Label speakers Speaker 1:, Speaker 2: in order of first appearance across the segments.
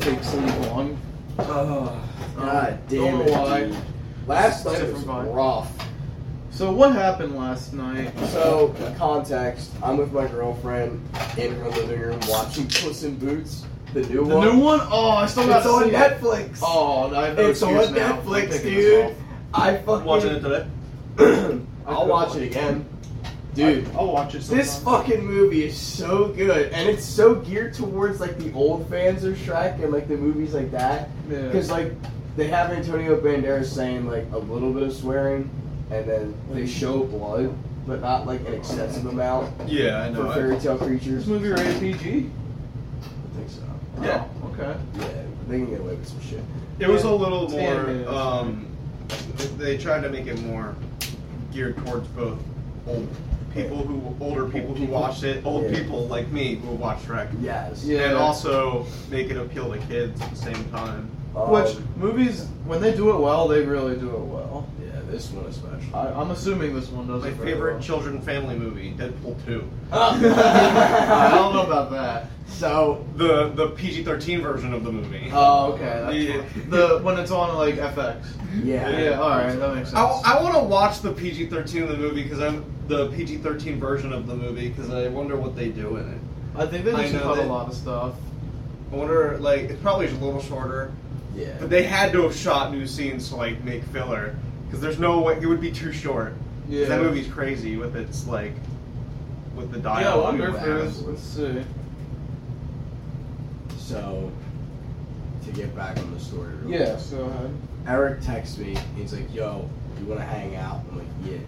Speaker 1: takes so long.
Speaker 2: Oh,
Speaker 1: Ah, God
Speaker 2: don't
Speaker 1: damn
Speaker 2: know
Speaker 1: it,
Speaker 2: why.
Speaker 1: dude. Last night
Speaker 2: Different
Speaker 1: was
Speaker 2: vibe.
Speaker 1: rough.
Speaker 2: So what happened last night?
Speaker 1: So, context: I'm with my girlfriend in her living room watching Puss in Boots, the new
Speaker 2: The
Speaker 1: one.
Speaker 2: new one? Oh, I still got
Speaker 1: It's on
Speaker 2: see it.
Speaker 1: Netflix.
Speaker 2: Oh, no, I have no
Speaker 1: It's on
Speaker 2: excuse now. I'm
Speaker 1: Netflix,
Speaker 2: picking
Speaker 1: dude.
Speaker 2: this
Speaker 1: I fucking.
Speaker 3: Watching it today?
Speaker 1: I'll watch it again, dude.
Speaker 3: I'll watch it. Sometime.
Speaker 1: This fucking movie is so good, and it's so geared towards like the old fans of Shrek and like the movies like that.
Speaker 2: off. Yeah.
Speaker 1: Because like they have Antonio Banderas saying like a little bit of swearing, and then they show blood, but not like an excessive amount
Speaker 3: Yeah, I
Speaker 1: for
Speaker 3: know. I,
Speaker 1: fairy tale creatures.
Speaker 2: this movie rated PG.
Speaker 1: I think so.
Speaker 3: Yeah.
Speaker 2: Oh, okay.
Speaker 1: Yeah, they can get away with some shit.
Speaker 3: it was a little
Speaker 2: It's
Speaker 3: more.
Speaker 2: animated.
Speaker 3: Um, they tried to make it more geared towards both old people who, older people who watched it, old
Speaker 1: Yeah.
Speaker 3: people like me who watched Shrek,
Speaker 1: Yes.
Speaker 2: Yeah.
Speaker 3: and also make it appeal to kids at the same time.
Speaker 1: Um,
Speaker 2: Which movies, when they do it well, they really do it well.
Speaker 1: Yeah, this one especially.
Speaker 2: I, I'm assuming this one does.
Speaker 3: My
Speaker 2: it very
Speaker 3: favorite
Speaker 2: Well.
Speaker 3: children family movie, Deadpool Two.
Speaker 2: I don't know
Speaker 1: Oh.
Speaker 2: about that.
Speaker 1: so.
Speaker 3: The the PG thirteen version of the movie.
Speaker 2: Oh, okay. that's
Speaker 3: Yeah.
Speaker 2: fine. The when it's on like FX.
Speaker 1: Yeah.
Speaker 2: Yeah. all right, that makes sense.
Speaker 3: I, want to watch the PG thirteen of the movie because I'm the PG thirteen version of the movie because I wonder what they do in it.
Speaker 2: I think they
Speaker 3: I
Speaker 2: just
Speaker 3: know
Speaker 2: cut a
Speaker 3: that-
Speaker 2: lot of stuff.
Speaker 3: I wonder like it's probably just a little shorter,
Speaker 1: Yeah.
Speaker 3: but they had to have shot new scenes to like make filler because there's no way it would be too short. 'Cause
Speaker 2: Yeah.
Speaker 3: That movie's crazy with its like with the
Speaker 2: Yeah, I
Speaker 3: dialogue.
Speaker 2: wonder
Speaker 3: and
Speaker 2: if
Speaker 3: what
Speaker 2: it was.
Speaker 3: happens.
Speaker 2: Let's see.
Speaker 1: So, to get back on the story. real
Speaker 2: Yeah. So. uh,
Speaker 1: Eric texts me. He's like, "Yo, you want to hang out?" I'm like, "Yeah."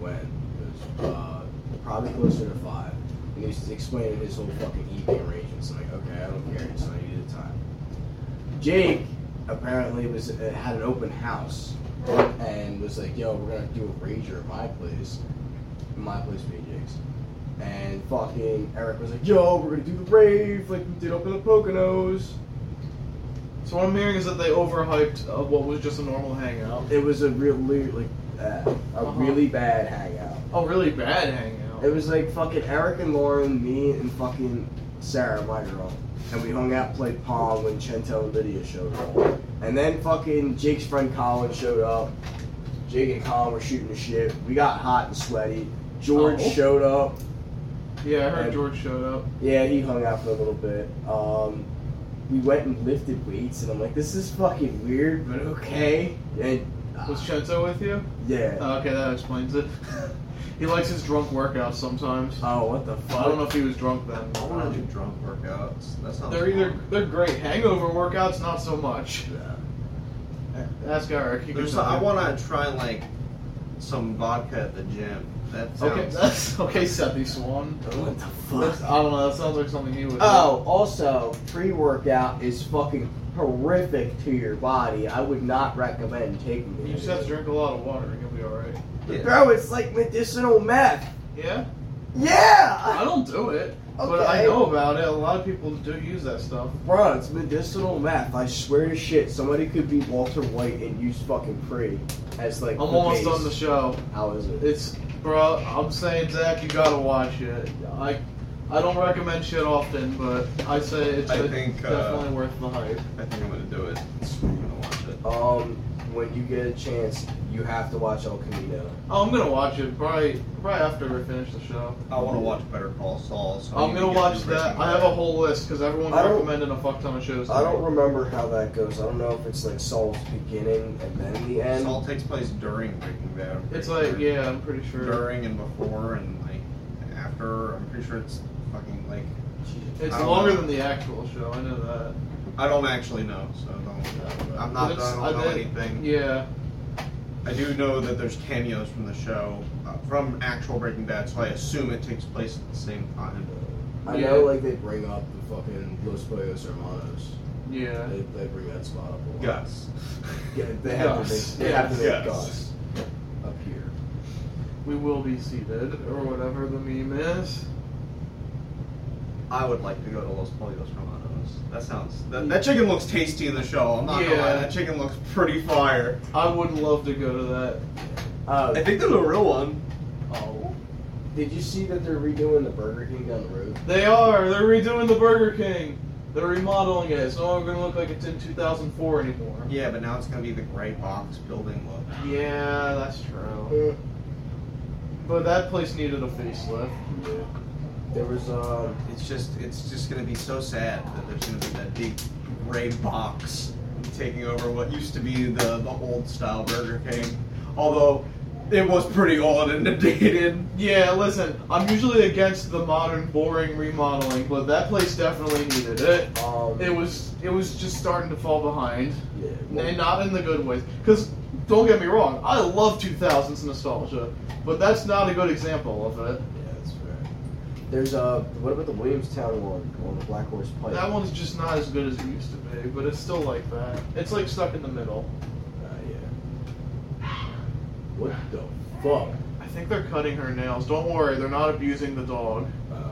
Speaker 1: When? It was, uh, probably closer to five. And he's explaining his whole fucking evening arrangements. I'm like, "Okay, I don't care. Just I need the time." Jake apparently was uh, had an open house and was like, "Yo, we're gonna do a rager at my place, my place, Jake's." And fucking Eric was like, "Yo, we're gonna do the rave like we did up in the Poconos."
Speaker 2: So what I'm hearing is that they overhyped uh, what was just a normal hangout.
Speaker 1: It was a really like uh, a
Speaker 2: Uh-huh.
Speaker 1: really bad hangout.
Speaker 2: Oh, really bad hangout.
Speaker 1: It was like fucking Eric and Lauren, me and fucking Sarah, my girl, and we hung out, played Pong when Chantel and Lydia showed up, and then fucking Jake's friend Colin showed up. Jake and Colin were shooting the shit. We got hot and sweaty. George
Speaker 2: Oh.
Speaker 1: showed up.
Speaker 2: yeah, I heard
Speaker 1: and-
Speaker 2: George showed up.
Speaker 1: Yeah, he hung out for a little bit. Um, we went and lifted weights, and I'm like, this is fucking weird, but okay. And uh,
Speaker 2: Was Shinzo with you?
Speaker 1: yeah.
Speaker 2: Oh, okay, that explains it. he likes his drunk workouts sometimes.
Speaker 1: oh, what the fuck?
Speaker 2: I don't know if he was drunk then.
Speaker 3: I want to do drunk workouts. That's not.
Speaker 2: They're either they're great hangover workouts, not so much. Ask Eric. He can
Speaker 3: There's
Speaker 2: tell
Speaker 3: I
Speaker 2: you.
Speaker 3: want to try like some vodka at the gym. That sounds.
Speaker 2: Okay, that's okay, Sethy Swan.
Speaker 1: What the
Speaker 2: That's,
Speaker 1: fuck?
Speaker 2: I don't know. That sounds like something he would. do.
Speaker 1: Oh, also, pre workout is fucking horrific to your body. I would not recommend taking it.
Speaker 2: you just have to drink a lot of water and you'll be all right.
Speaker 3: Yeah.
Speaker 1: Bro, it's like medicinal meth.
Speaker 2: Yeah, I
Speaker 1: Yeah!
Speaker 2: don't do it, but I
Speaker 1: Okay.
Speaker 2: know about it. A lot of people do use that stuff.
Speaker 1: Bro, it's medicinal meth. I swear to shit, somebody could be Walter White and use fucking pre as like.
Speaker 2: I'm
Speaker 1: the
Speaker 2: almost
Speaker 1: base.
Speaker 2: on the show.
Speaker 1: How is it?
Speaker 2: It's bro. I'm saying Zach, you gotta watch it. I I don't recommend shit often, but I say it's
Speaker 3: I
Speaker 2: de-
Speaker 3: think, uh,
Speaker 2: definitely worth the hype.
Speaker 3: I think I'm gonna do it. I'm gonna watch it.
Speaker 1: Um, when you get a chance, you have to watch El Camino.
Speaker 2: Oh, I'm gonna watch it probably probably after we finish the show.
Speaker 3: I want to watch Better Call Saul. So I
Speaker 2: I'm
Speaker 3: need to
Speaker 2: gonna
Speaker 3: Oh, get
Speaker 2: watch
Speaker 3: through
Speaker 2: that.
Speaker 3: Breaking
Speaker 2: I have
Speaker 3: Bad.
Speaker 2: a whole list because everyone
Speaker 1: I don't-
Speaker 2: recommended a fuck ton of shows. to
Speaker 1: I
Speaker 2: me.
Speaker 1: don't remember how that goes. I don't know if it's like Saul's beginning and then the end.
Speaker 3: Saul takes place during Breaking Bad. I'm
Speaker 2: It's
Speaker 3: pretty
Speaker 2: like
Speaker 3: sure.
Speaker 2: yeah, I'm pretty sure.
Speaker 3: during and before and like after. I'm pretty sure it's fucking like
Speaker 2: It's
Speaker 3: I don't
Speaker 2: longer
Speaker 3: know.
Speaker 2: than the actual show. I know that.
Speaker 3: I don't actually know, so don't. uh, I'm not. I
Speaker 2: But it's-
Speaker 3: don't
Speaker 2: I
Speaker 3: know
Speaker 2: bet-
Speaker 3: anything.
Speaker 2: Yeah,
Speaker 3: I do know that there's cameos from the show, uh, from actual Breaking Bad, so I assume it takes place at the same time.
Speaker 1: I
Speaker 2: Yeah.
Speaker 1: know, like they bring up the fucking Los Pollos Hermanos.
Speaker 2: yeah.
Speaker 1: They, they bring that spot up. A lot.
Speaker 3: Gus.
Speaker 1: Yeah, they have
Speaker 2: Gus.
Speaker 1: to make, they have to make
Speaker 3: Yes.
Speaker 1: Gus up here.
Speaker 2: We will be seated or whatever the meme is.
Speaker 3: I would like to go to Los Pollos Romanos. That sounds. That, that chicken looks tasty in the show. I'm not gonna lie.
Speaker 2: Yeah.
Speaker 3: That chicken looks pretty fire.
Speaker 2: I would love to go to that.
Speaker 1: Uh,
Speaker 3: I think there's a real one.
Speaker 2: Oh,
Speaker 1: did you see that they're redoing the Burger King down the road?
Speaker 2: they are. They're redoing the Burger King. They're remodeling it. It's no longer gonna look like it's in 2004 anymore.
Speaker 3: Yeah, but now it's gonna be the gray box building look.
Speaker 2: Yeah, that's true. But that place needed a facelift.
Speaker 1: There was um,
Speaker 3: It's just it's just gonna be so sad that there's gonna be that big gray box taking over what used to be the, the old style Burger King. Although it was pretty old and dated.
Speaker 2: Yeah, listen, I'm usually against the modern boring remodeling, but that place definitely needed it.
Speaker 1: um,
Speaker 2: It was it was just starting to fall behind,
Speaker 1: yeah, well,
Speaker 2: and not in the good ways. Because don't get me wrong, I love 2000s nostalgia, but that's not a good example of it.
Speaker 1: yeah, that's fair. There's uh, what about the Williamstown one on the Black Horse Pike?
Speaker 2: That one's just not as good as it used to be, but it's still like that. It's like stuck in the middle.
Speaker 1: Uh, yeah. What the fuck?
Speaker 2: I think they're cutting her nails. Don't worry, they're not abusing the dog.
Speaker 1: Oh,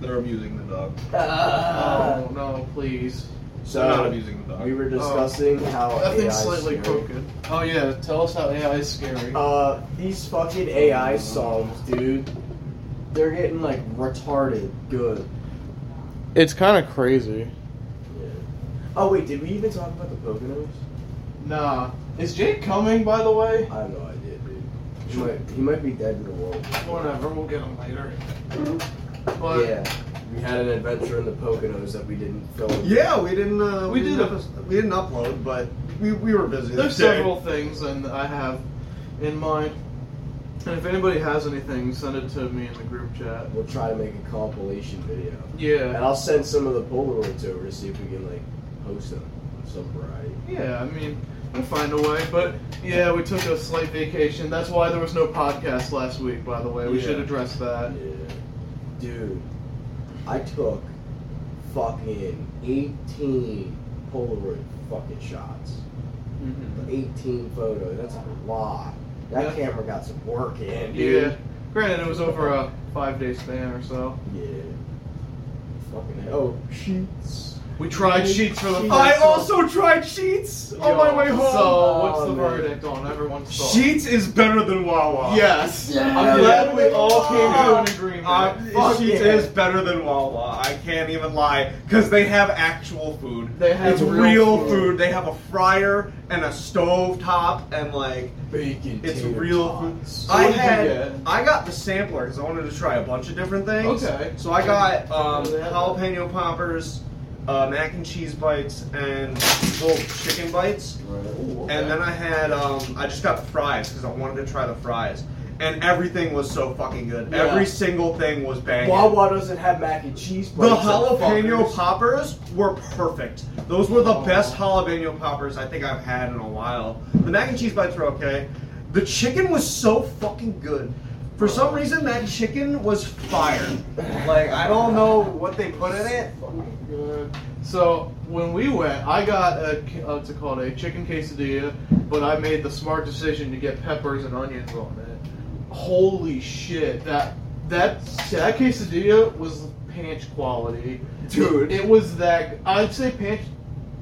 Speaker 3: They're abusing the dog.
Speaker 1: okay. Ah.
Speaker 2: oh no, please.
Speaker 3: They're not
Speaker 1: so
Speaker 3: abusing the
Speaker 1: we
Speaker 3: dog.
Speaker 1: were discussing how
Speaker 2: Oh, That
Speaker 1: AI
Speaker 2: thing's
Speaker 1: is
Speaker 2: slightly
Speaker 1: scary.
Speaker 2: crooked. Oh yeah, tell us how AI is scary.
Speaker 1: Uh, these fucking AI songs, dude. They're getting like retarded good.
Speaker 2: It's kind of crazy.
Speaker 1: Yeah. Oh wait, did we even talk about the Poconos?
Speaker 2: Nah. Is Jake coming, by the way?
Speaker 1: I have no idea, dude. He might, he might be dead in the world.
Speaker 2: Whatever, we'll get him later. But
Speaker 1: yeah, we had an adventure in the Poconos that we didn't film.
Speaker 3: Yeah, we didn't uh,
Speaker 2: We did
Speaker 3: didn't up- we didn't upload, but we, we were busy.
Speaker 2: there's
Speaker 3: that day.
Speaker 2: several things and I have in mind. And if anybody has anything, send it to me in the group chat.
Speaker 1: We'll try to make a compilation video, and
Speaker 2: Yeah.
Speaker 1: I'll send some of the Polaroids over to see if we can like post them of some variety.
Speaker 2: Yeah, I mean, we'll find a way. But yeah, we took a slight vacation. That's why there was no podcast last week, by the way. We
Speaker 1: Yeah.
Speaker 2: should address that.
Speaker 1: Yeah. Dude, I took fucking 18 Polaroid fucking shots. Mm-hmm. 18 photos. That's a lot. That
Speaker 2: Yeah.
Speaker 1: camera got some work in,
Speaker 2: Yeah.
Speaker 1: dude.
Speaker 2: Granted, it was over a five day span or so.
Speaker 1: Yeah. Fucking hell. Oh, sheets.
Speaker 2: We tried sheets for the first
Speaker 3: I also tried sheets on my
Speaker 2: Yo,
Speaker 3: way home.
Speaker 2: So, what's
Speaker 1: Oh,
Speaker 2: the
Speaker 1: man.
Speaker 2: verdict on everyone's thought?
Speaker 3: Sheets is better than Wawa.
Speaker 2: Yes.
Speaker 1: Yeah.
Speaker 2: I'm glad we all came to
Speaker 3: Oh,
Speaker 2: an agreement.
Speaker 3: Uh,
Speaker 1: Fuck
Speaker 3: Sheets
Speaker 1: yeah.
Speaker 3: is better than Wawa. I can't even lie because they have actual food.
Speaker 2: They have
Speaker 3: it's
Speaker 2: real
Speaker 3: real,
Speaker 2: food.
Speaker 3: food. They have a fryer and a stove top and like
Speaker 1: Bacon.
Speaker 3: it's
Speaker 1: tater
Speaker 3: real food.
Speaker 1: tots.
Speaker 2: So
Speaker 3: I
Speaker 2: what did you
Speaker 3: had
Speaker 2: get?
Speaker 3: I got the sampler because I wanted to try a bunch of different things.
Speaker 2: Okay.
Speaker 3: So I got um,
Speaker 2: Oh, yeah.
Speaker 3: jalapeno poppers, uh, mac and cheese bites, and little chicken bites.
Speaker 1: Right.
Speaker 3: And then I had, um, I just got the fries because I wanted to try the fries. And everything was so fucking good.
Speaker 2: Yeah.
Speaker 3: Every single thing was banging.
Speaker 1: Wawa doesn't have mac and cheese.
Speaker 3: the
Speaker 1: bites,
Speaker 3: jalapeno
Speaker 1: fuckers.
Speaker 3: poppers were perfect. Those were the
Speaker 2: Oh.
Speaker 3: best jalapeno poppers I think I've had in a while. The mac and cheese bites were okay. The chicken was so fucking good. For some reason, that chicken was fire. Like, I don't know what they put in it.
Speaker 2: Good. So when we went, I got a ca- uh, what's it called a chicken quesadilla, but I made the smart decision to get peppers and onions on it. Holy shit! That that that quesadilla was panch quality,
Speaker 1: Dude.
Speaker 2: It was that. I'd say panch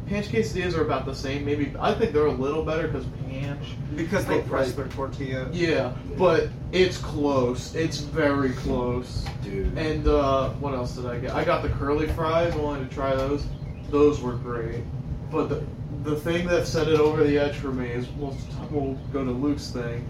Speaker 2: panch quesadillas are about the same. Maybe I think they're a little better because panch.
Speaker 3: Because they pressed their tortilla.
Speaker 2: Yeah, but it's close. It's very close.
Speaker 1: Dude.
Speaker 2: And uh, what else did I get? I got the curly fries. I wanted to try those. Those were great. But the the thing that set it over the edge for me is we'll, we'll go to Luke's thing.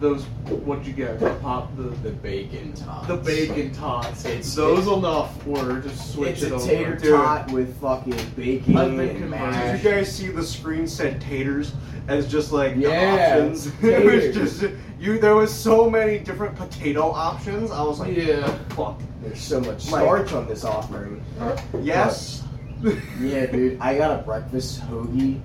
Speaker 2: Those what'd you get? The pop the
Speaker 1: the bacon tots.
Speaker 2: the bacon tots.
Speaker 1: It's-
Speaker 2: those enough were to switch
Speaker 1: It's
Speaker 2: it
Speaker 1: a
Speaker 2: over.
Speaker 1: tater
Speaker 2: Dude,
Speaker 1: tot with fucking bacon
Speaker 2: I've been
Speaker 1: and
Speaker 2: converted.
Speaker 1: mash.
Speaker 3: Did you guys see the screen said taters as just like
Speaker 1: Yeah,
Speaker 3: the options? it was
Speaker 1: taters.
Speaker 3: just you. There was so many different potato options. I was like,
Speaker 2: Yeah.
Speaker 3: fuck.
Speaker 1: There's so much
Speaker 3: Like-
Speaker 1: starch on this offering.
Speaker 3: Yes.
Speaker 1: Yeah, dude, I got a breakfast hoagie.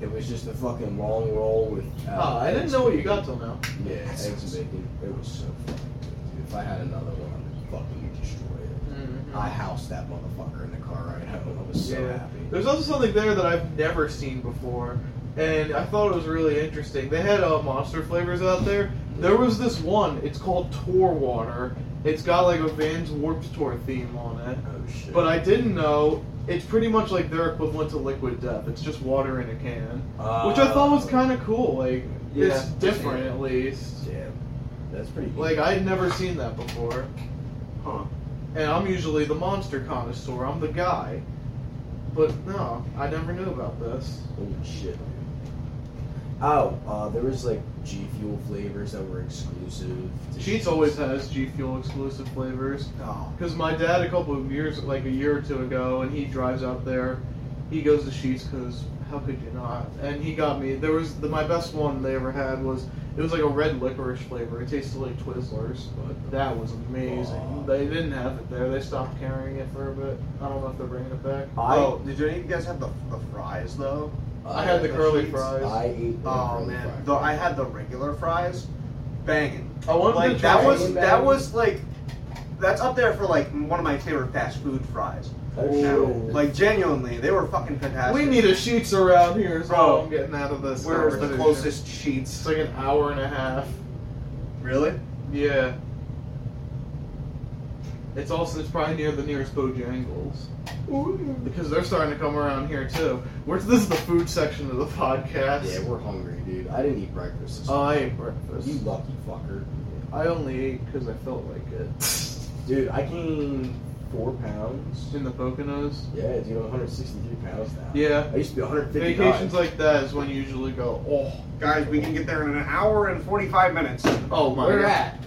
Speaker 1: It was just a fucking long roll with. Uh,
Speaker 2: Oh, I didn't know what you got till now.
Speaker 1: Yeah, eggs and bacon. It was so fucking good. Dude. If I had another one, I'd fucking destroy it. I housed that motherfucker in the car right home. I was so
Speaker 2: Yeah.
Speaker 1: happy.
Speaker 2: There's also something there that I've never seen before, and I thought it was really interesting. They had uh, monster flavors out there. There was this one. It's called Tor Water. It's got like a Vans Warped Tour theme on it.
Speaker 1: Oh shit.
Speaker 2: But I didn't know. It's pretty much like their equivalent to Liquid Death. It's just water in a can,
Speaker 1: Uh,
Speaker 2: which I thought was kind of cool. Like it's
Speaker 3: Yeah.
Speaker 2: different at least.
Speaker 1: Yeah, that's pretty. Good.
Speaker 2: Like I had never seen that before.
Speaker 3: Huh.
Speaker 2: And I'm usually the monster connoisseur. I'm the guy. But no, I never knew about this.
Speaker 1: Holy shit. Oh, uh, there was like G Fuel flavors that were exclusive. to
Speaker 2: Sheets always has G Fuel exclusive flavors.
Speaker 1: Oh,
Speaker 2: Because my dad, a couple of years, like a year or two ago, and he drives out there. He goes to Sheets because how could you not? And he got me. There was the, my best one they ever had was it was like a red licorice flavor. It tasted like Twizzlers, but that was amazing.
Speaker 1: Aw.
Speaker 2: They didn't have it there. They stopped carrying it for a bit. I don't know if they're bringing it back.
Speaker 1: I
Speaker 4: oh, did any of you guys have the, the fries though?
Speaker 2: I had the
Speaker 4: Uh, the
Speaker 2: curly
Speaker 4: Sheetz.
Speaker 2: fries.
Speaker 1: uh, I ate. the
Speaker 4: Oh
Speaker 1: curly
Speaker 4: man,
Speaker 1: fries.
Speaker 4: though I had the regular fries, banging.
Speaker 2: I wanted
Speaker 4: Like
Speaker 2: to try
Speaker 4: that
Speaker 2: it.
Speaker 4: was that
Speaker 1: Banging.
Speaker 4: was like that's up there for like one of my favorite fast food fries.
Speaker 1: Oh,
Speaker 4: Now,
Speaker 1: shit.
Speaker 4: Like genuinely, they were fucking fantastic.
Speaker 2: We need a Sheets around here, so
Speaker 4: Bro,
Speaker 2: I'm getting out of this.
Speaker 4: Where's the
Speaker 2: conversation.
Speaker 4: closest
Speaker 2: It's
Speaker 4: sheets?
Speaker 2: like an hour and a half.
Speaker 4: Really?
Speaker 2: Yeah. It's also it's probably near the nearest Bojangles because they're starting to come around here too. Where's this is the food section of the podcast?
Speaker 1: Yeah, we're Mm. hungry, dude. I didn't eat breakfast. This
Speaker 2: Oh, I ate
Speaker 1: morning. you
Speaker 2: breakfast.
Speaker 1: lucky fucker.
Speaker 2: I only ate because I felt like it.
Speaker 1: Dude, I gained four pounds.
Speaker 2: In the Poconos.
Speaker 1: Yeah, dude, I'm 163 pounds now.
Speaker 2: Yeah.
Speaker 1: I used to be 150.
Speaker 2: Vacations like that is when you usually go. Oh,
Speaker 4: Guys, we can get there in an hour and 45 minutes.
Speaker 2: oh my.
Speaker 1: Where
Speaker 2: God.
Speaker 1: at?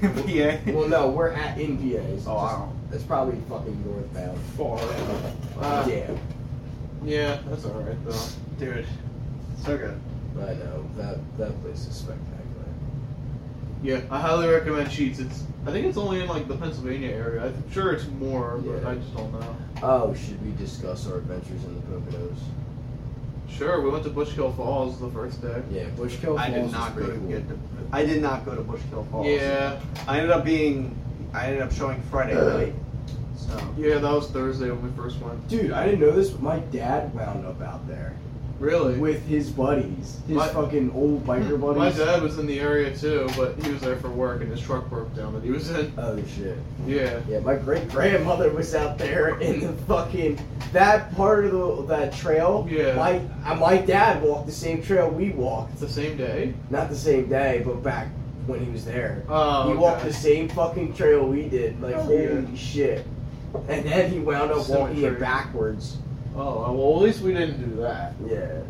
Speaker 4: PA.
Speaker 1: Well, no, we're at NBA. So
Speaker 4: Oh, I
Speaker 1: just-
Speaker 4: don't.
Speaker 1: That's probably fucking northbound.
Speaker 2: Far. Uh, yeah.
Speaker 1: yeah,
Speaker 2: that's all right though.
Speaker 4: Dude. So good.
Speaker 1: I know that that place is spectacular.
Speaker 2: Yeah, I highly recommend Sheets. It's I think it's only in like the Pennsylvania area. I'm sure it's more, but
Speaker 1: Yeah.
Speaker 2: I just don't know.
Speaker 1: Oh, should we discuss our adventures in the Poconos?
Speaker 2: Sure, we went to Bushkill Falls the first day.
Speaker 1: Yeah, Bushkill Falls
Speaker 4: I did
Speaker 1: is
Speaker 4: not go
Speaker 1: pretty
Speaker 4: to
Speaker 1: cool.
Speaker 4: get to, I did not go to Bushkill Falls.
Speaker 2: Yeah,
Speaker 4: I ended up being. I ended up showing Friday night. So.
Speaker 2: yeah, that was Thursday when we first went.
Speaker 1: Dude, I didn't know this, but my dad wound up out there
Speaker 2: Really?
Speaker 1: with his buddies, his
Speaker 2: My-
Speaker 1: fucking old biker
Speaker 2: My
Speaker 1: buddies.
Speaker 2: dad was in the area too, but he was there for work and his truck broke down that he was in.
Speaker 1: Oh shit!
Speaker 2: Yeah.
Speaker 1: Yeah, my great grandmother was out there in the fucking that part of the that trail.
Speaker 2: Yeah.
Speaker 1: my uh, my dad walked the same trail we walked,
Speaker 2: The same day?
Speaker 1: not the same day, but back when he was there.
Speaker 2: Oh,
Speaker 1: He walked
Speaker 2: okay.
Speaker 1: the same fucking trail we did. Like,
Speaker 2: Oh,
Speaker 1: holy
Speaker 2: yeah.
Speaker 1: shit. And then he wound up
Speaker 2: Similar
Speaker 1: walking it
Speaker 2: trail.
Speaker 1: backwards.
Speaker 2: Oh, well, at least we didn't do that.
Speaker 1: Yeah.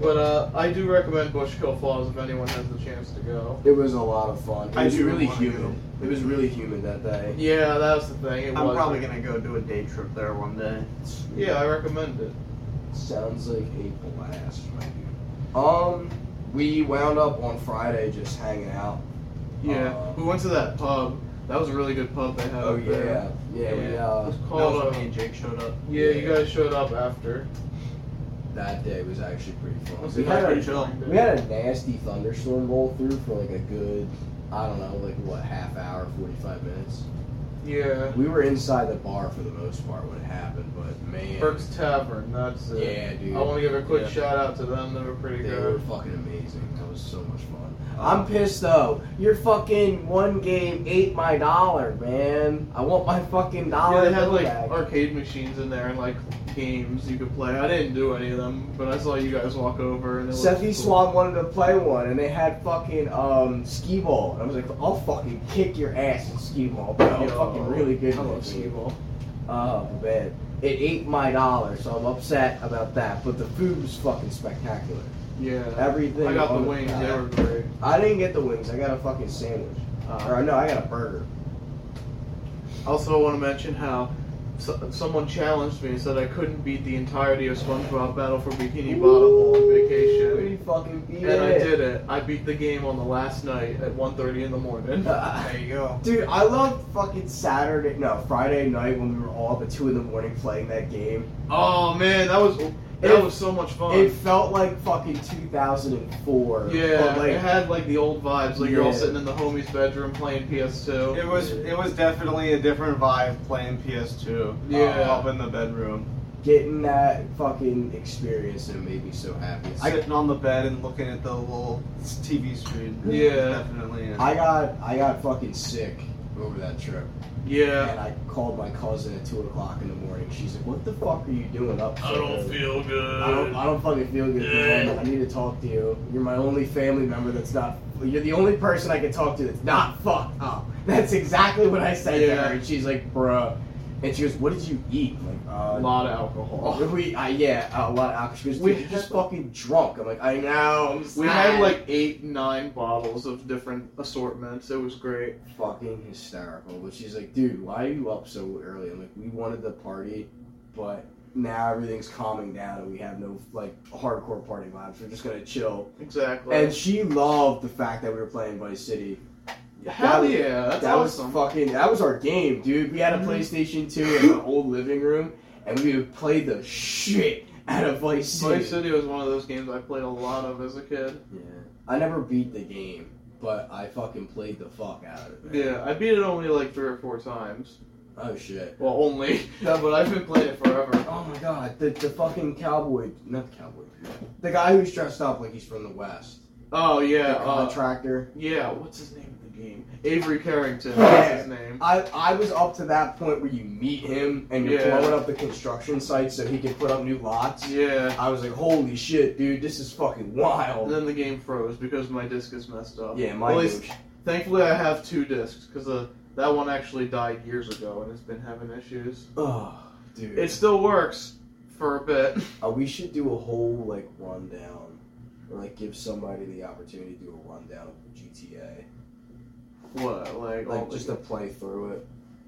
Speaker 2: But uh, I do recommend Bushkill Falls if anyone has the chance to go.
Speaker 1: It was a lot of fun. It
Speaker 4: I
Speaker 1: was
Speaker 4: do
Speaker 1: really
Speaker 4: wanna
Speaker 1: humid. It was really humid that day.
Speaker 2: Yeah, that was the thing. It
Speaker 4: I'm
Speaker 2: was.
Speaker 4: probably gonna go do a day trip there one day.
Speaker 2: Yeah, I recommend it.
Speaker 1: Sounds like a blast, my dude. Um, we wound up on Friday just hanging out.
Speaker 2: Yeah,
Speaker 1: Uh,
Speaker 2: we went to that pub. That was a really good pub they had.
Speaker 1: Oh
Speaker 2: up there.
Speaker 1: yeah, yeah. We
Speaker 4: Yeah.
Speaker 1: uh,
Speaker 2: It's
Speaker 4: That
Speaker 2: called.
Speaker 4: was when
Speaker 2: uh,
Speaker 4: me and Jake showed up.
Speaker 2: yeah, you guys showed up after.
Speaker 1: that day was actually pretty fun.
Speaker 2: Let's
Speaker 1: We
Speaker 2: see if I
Speaker 1: had,
Speaker 2: can
Speaker 1: a,
Speaker 2: show.
Speaker 1: we had a nasty thunderstorm roll through for like a good, I don't know, like what half hour, forty five minutes.
Speaker 2: Yeah.
Speaker 1: We were inside the bar for the most part when it happened, but man,
Speaker 2: Burke's Tavern, that's it.
Speaker 1: yeah, dude,
Speaker 2: I want to give a quick
Speaker 4: Yeah.
Speaker 2: shout out to them. They were pretty
Speaker 1: they were
Speaker 2: good. Uh,
Speaker 1: fucking amazing. That was so much fun. I'm pissed though. Your fucking one game ate my dollar, man. I want my fucking
Speaker 2: Yeah,
Speaker 1: dollar.
Speaker 2: they had like
Speaker 1: back.
Speaker 2: arcade machines in there and like games you could play. I didn't do any of them, but I saw you guys walk over and it
Speaker 1: Seth E.
Speaker 2: was
Speaker 1: Swan wanted to play one, and they had fucking um skee ball. And I was like, I'll fucking kick your ass in skee ball, bro. I'm fucking really good.
Speaker 2: I
Speaker 1: at
Speaker 2: love
Speaker 1: it,
Speaker 2: skee
Speaker 1: dude.
Speaker 2: ball.
Speaker 1: Oh man, it ate my dollar, so I'm upset about that. But the food was fucking spectacular.
Speaker 2: Yeah.
Speaker 1: Everything.
Speaker 2: I got the
Speaker 1: on
Speaker 2: wings. They
Speaker 1: uh,
Speaker 2: were great. Uh,
Speaker 1: I didn't get the wings. I got a fucking sandwich. Uh, Or no, I got a burger.
Speaker 2: Also, want to mention how so- someone challenged me and said I couldn't beat the entirety of SpongeBob Battle for Bikini Bottom on
Speaker 1: Pretty
Speaker 2: vacation,
Speaker 1: fucking beat
Speaker 2: and I did it. I beat the game on the last night at 1:30 in the morning.
Speaker 4: There you go.
Speaker 1: Dude, I loved fucking Saturday, no, Friday night when we were all up at 2 in the morning playing that game.
Speaker 2: Oh man, that was that
Speaker 1: It-
Speaker 2: was so much fun.
Speaker 1: It felt like fucking 2004.
Speaker 2: yeah,
Speaker 1: but like,
Speaker 2: it had like the old vibes, like you're all
Speaker 1: Yeah.
Speaker 2: sitting in the homie's bedroom playing PS2.
Speaker 4: It was it was definitely a different vibe playing PS2.
Speaker 2: Yeah.
Speaker 4: uh,
Speaker 1: Oh.
Speaker 4: up in the bedroom,
Speaker 1: getting that fucking experience and it made me so happy. I,
Speaker 4: sitting on the bed and looking at the little TV screen.
Speaker 2: Yeah.
Speaker 4: definitely.
Speaker 1: I got I got fucking sick over that trip, and
Speaker 2: yeah.
Speaker 1: I called my cousin at two o'clock in the morning. She's like, "What the fuck are you doing up?" so early?"
Speaker 2: feel good.
Speaker 1: I don't, I don't fucking feel good, man. I need to talk to you. You're my only family member that's not. You're the only person I can talk to that's not fucked up. That's exactly what I said to
Speaker 2: Yeah.
Speaker 1: her, and she's like, "Bruh." And she goes, "What did you eat?" I'm like,
Speaker 2: A
Speaker 1: uh,
Speaker 2: lot of alcohol.
Speaker 1: Oh, we, uh, yeah, uh, a lot of alcohol. She goes,
Speaker 2: We
Speaker 1: "Dude, you're just
Speaker 2: had-
Speaker 1: fucking drunk. I'm like, I know. I'm
Speaker 2: We had
Speaker 1: sad."
Speaker 2: like eight, nine bottles of different assortments. It was great.
Speaker 1: fucking hysterical. But she's like, dude, why are you up so early? I'm like, we wanted the party, but now everything's calming down and we have no like hardcore party vibes. We're just gonna chill.
Speaker 2: Exactly.
Speaker 1: And she loved the fact that we were playing Vice City.
Speaker 2: Hell
Speaker 1: That-
Speaker 2: yeah, that's
Speaker 1: that
Speaker 2: awesome.
Speaker 1: was fucking. That was our game, dude. We had a
Speaker 2: Mhm.
Speaker 1: PlayStation 2 in an old living room, and we would play the shit out of Vice City.
Speaker 2: Vice City was one of those games I played a lot of as a kid.
Speaker 1: Yeah. I never beat the game, but I fucking played the fuck out of it.
Speaker 2: Yeah, I beat it only like three or four times.
Speaker 1: Oh shit.
Speaker 2: Well, only, but I've been playing it forever.
Speaker 1: Oh my god, the, the fucking cowboy, not the cowboy, the guy who's dressed up like he's from the West.
Speaker 2: Oh yeah,
Speaker 1: the
Speaker 2: uh,
Speaker 1: contractor.
Speaker 2: yeah. What's his name in the game? Avery Carrington.
Speaker 1: Yeah.
Speaker 2: That's his name.
Speaker 1: I, I was up to that point where you meet him and you're
Speaker 2: Yeah.
Speaker 1: blowing up the construction site so he can put up new lots.
Speaker 2: Yeah.
Speaker 1: I was like, holy shit, dude, this is fucking
Speaker 2: And
Speaker 1: wild.
Speaker 2: then the game froze because my disc is messed up.
Speaker 1: Yeah,
Speaker 2: At
Speaker 1: my
Speaker 2: least- Thankfully, I have two discs because uh, that one actually died years ago and it's been having issues.
Speaker 1: Oh, dude.
Speaker 2: It still works for a bit.
Speaker 1: Uh, we should do a whole like rundown, or like give somebody the opportunity to do a rundown of GTA,
Speaker 2: What like? all
Speaker 1: like
Speaker 2: the-
Speaker 1: just to play through it.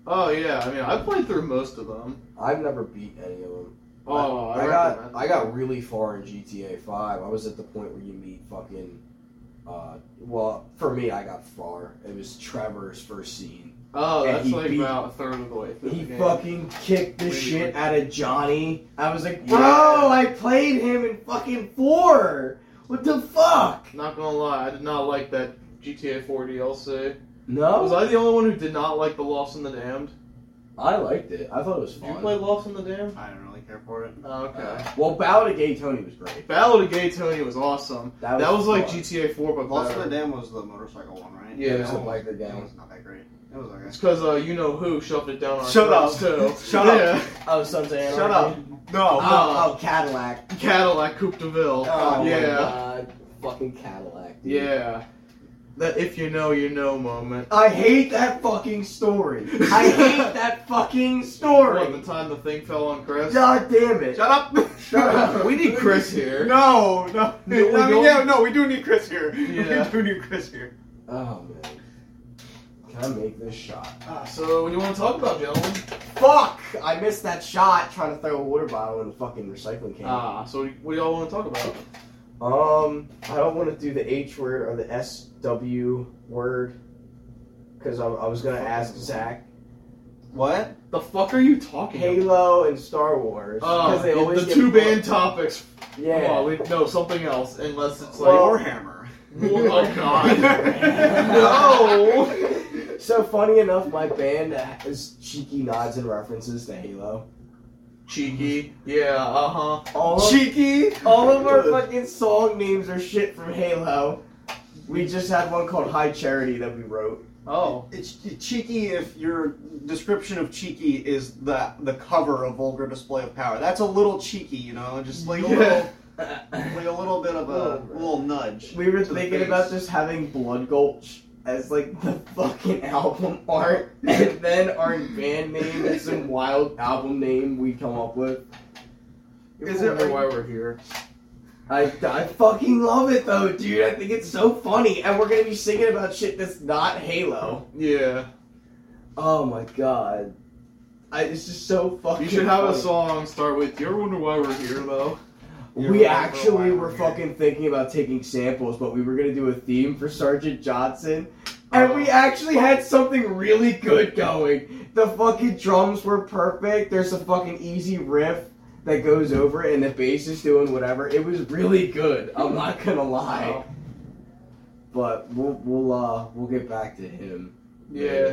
Speaker 2: oh yeah, I mean I played through most of them.
Speaker 1: I've never beat any of them.
Speaker 2: Oh, I,
Speaker 1: I got
Speaker 2: recommend
Speaker 1: I got really far in GTA Five. I was at the point where you meet fucking. Uh, well, for me, I got far. It was Trevor's first scene.
Speaker 2: Oh,
Speaker 1: And
Speaker 2: that's
Speaker 1: he
Speaker 2: like
Speaker 1: beat-
Speaker 2: about a third of the way through
Speaker 1: He
Speaker 2: the game.
Speaker 1: fucking kicked the
Speaker 2: Really?
Speaker 1: shit out of Johnny. I was like, bro,
Speaker 2: Yeah.
Speaker 1: I played him in fucking four. What the fuck?
Speaker 2: Not gonna lie, I did not like that GTA 4 DLC.
Speaker 1: No,
Speaker 2: Was I the only one who did not like the Lost in the Damned?
Speaker 1: I liked it. I thought it was
Speaker 2: Did
Speaker 1: fun.
Speaker 2: you play Lost in the Damned?
Speaker 4: I don't really care for it.
Speaker 2: Oh, okay.
Speaker 1: Well, Ballad of Gay Tony was great.
Speaker 2: Battle of Gay Tony was awesome.
Speaker 1: That
Speaker 2: That was like
Speaker 1: fun.
Speaker 2: GTA 4, but
Speaker 4: Lost in
Speaker 2: better.
Speaker 4: the Dam was the motorcycle one, right?
Speaker 2: Yeah,
Speaker 1: it
Speaker 4: that
Speaker 1: was the
Speaker 4: one
Speaker 1: biker
Speaker 4: that
Speaker 1: gang.
Speaker 4: one's not that great. It was okay.
Speaker 2: It's because uh, you know who shoved it down our
Speaker 4: Shut up.
Speaker 2: throats, too.
Speaker 4: Shut up.
Speaker 2: Yeah.
Speaker 1: Oh, Sons of Anarchy.
Speaker 4: Shut up.
Speaker 1: Oh,
Speaker 4: No.
Speaker 1: oh, Cadillac.
Speaker 2: Cadillac Coupe de Ville.
Speaker 1: Oh, my
Speaker 2: yeah.
Speaker 1: God. Fucking Cadillac. Dude.
Speaker 2: Yeah. That if you know, you know moment.
Speaker 1: I hate that fucking story. I hate that fucking story.
Speaker 2: What, the time the thing fell on Chris?
Speaker 1: God damn it.
Speaker 4: Shut up.
Speaker 1: Shut up.
Speaker 2: we need Chris here.
Speaker 4: No, no.
Speaker 2: No, we
Speaker 4: I mean,
Speaker 2: don't.
Speaker 4: yeah, no, we do need Chris here.
Speaker 2: Yeah.
Speaker 4: We do need Chris here.
Speaker 1: Oh, man. Can I make this shot?
Speaker 2: Ah, so, what do you want to talk about, gentlemen?
Speaker 1: Fuck! I missed that shot trying to throw a water bottle in the fucking recycling can.
Speaker 2: Ah, so what do y'all want to talk about?
Speaker 1: Um, I don't want to do the H word or the SW word because I, I was gonna ask Zach
Speaker 4: What?
Speaker 2: The fuck are you talking about?
Speaker 1: Halo and Star Wars
Speaker 2: Oh,
Speaker 1: because they always
Speaker 2: the
Speaker 1: get
Speaker 2: two
Speaker 1: fucked.
Speaker 2: band topics.
Speaker 1: Yeah,
Speaker 2: Come on, we, no, something else. Unless it's like,
Speaker 1: Well-
Speaker 4: Warhammer.
Speaker 2: oh god, no.
Speaker 1: No. so funny enough, my band has cheeky nods and references to Halo.
Speaker 2: Cheeky. Yeah. Uh huh.
Speaker 1: All of,
Speaker 4: Cheeky.
Speaker 1: all of our fucking song names are shit from Halo. We just had one called High Charity that we wrote.
Speaker 2: Oh.
Speaker 4: It's cheeky if your description of cheeky is the the cover of vulgar display of power. That's a little cheeky, you know, just like a
Speaker 2: Yeah.
Speaker 4: little, like a little bit of a little nudge.
Speaker 1: We were
Speaker 4: to the
Speaker 1: thinking
Speaker 4: face.
Speaker 1: about just having Blood Gulch as like the fucking album art, and then our band name is some wild album name we come up with.
Speaker 2: Is it why we're here?
Speaker 1: I, I fucking love it though, dude. I think it's so funny, and we're gonna be singing about shit that's not Halo.
Speaker 2: Yeah.
Speaker 1: Oh my god, I, it's just so fucking.
Speaker 2: You should have a
Speaker 1: funny.
Speaker 2: song start with "You ever wonder why we're here, though."
Speaker 1: We actually were fucking thinking about taking samples, but we were gonna do a theme for Sergeant Johnson. And we actually had something really good going. The fucking drums were perfect. There's a fucking easy riff that goes over it, and the bass is doing whatever. It was really good. I'm not gonna lie. But we'll we'll uh we'll get back to him.
Speaker 2: Yeah.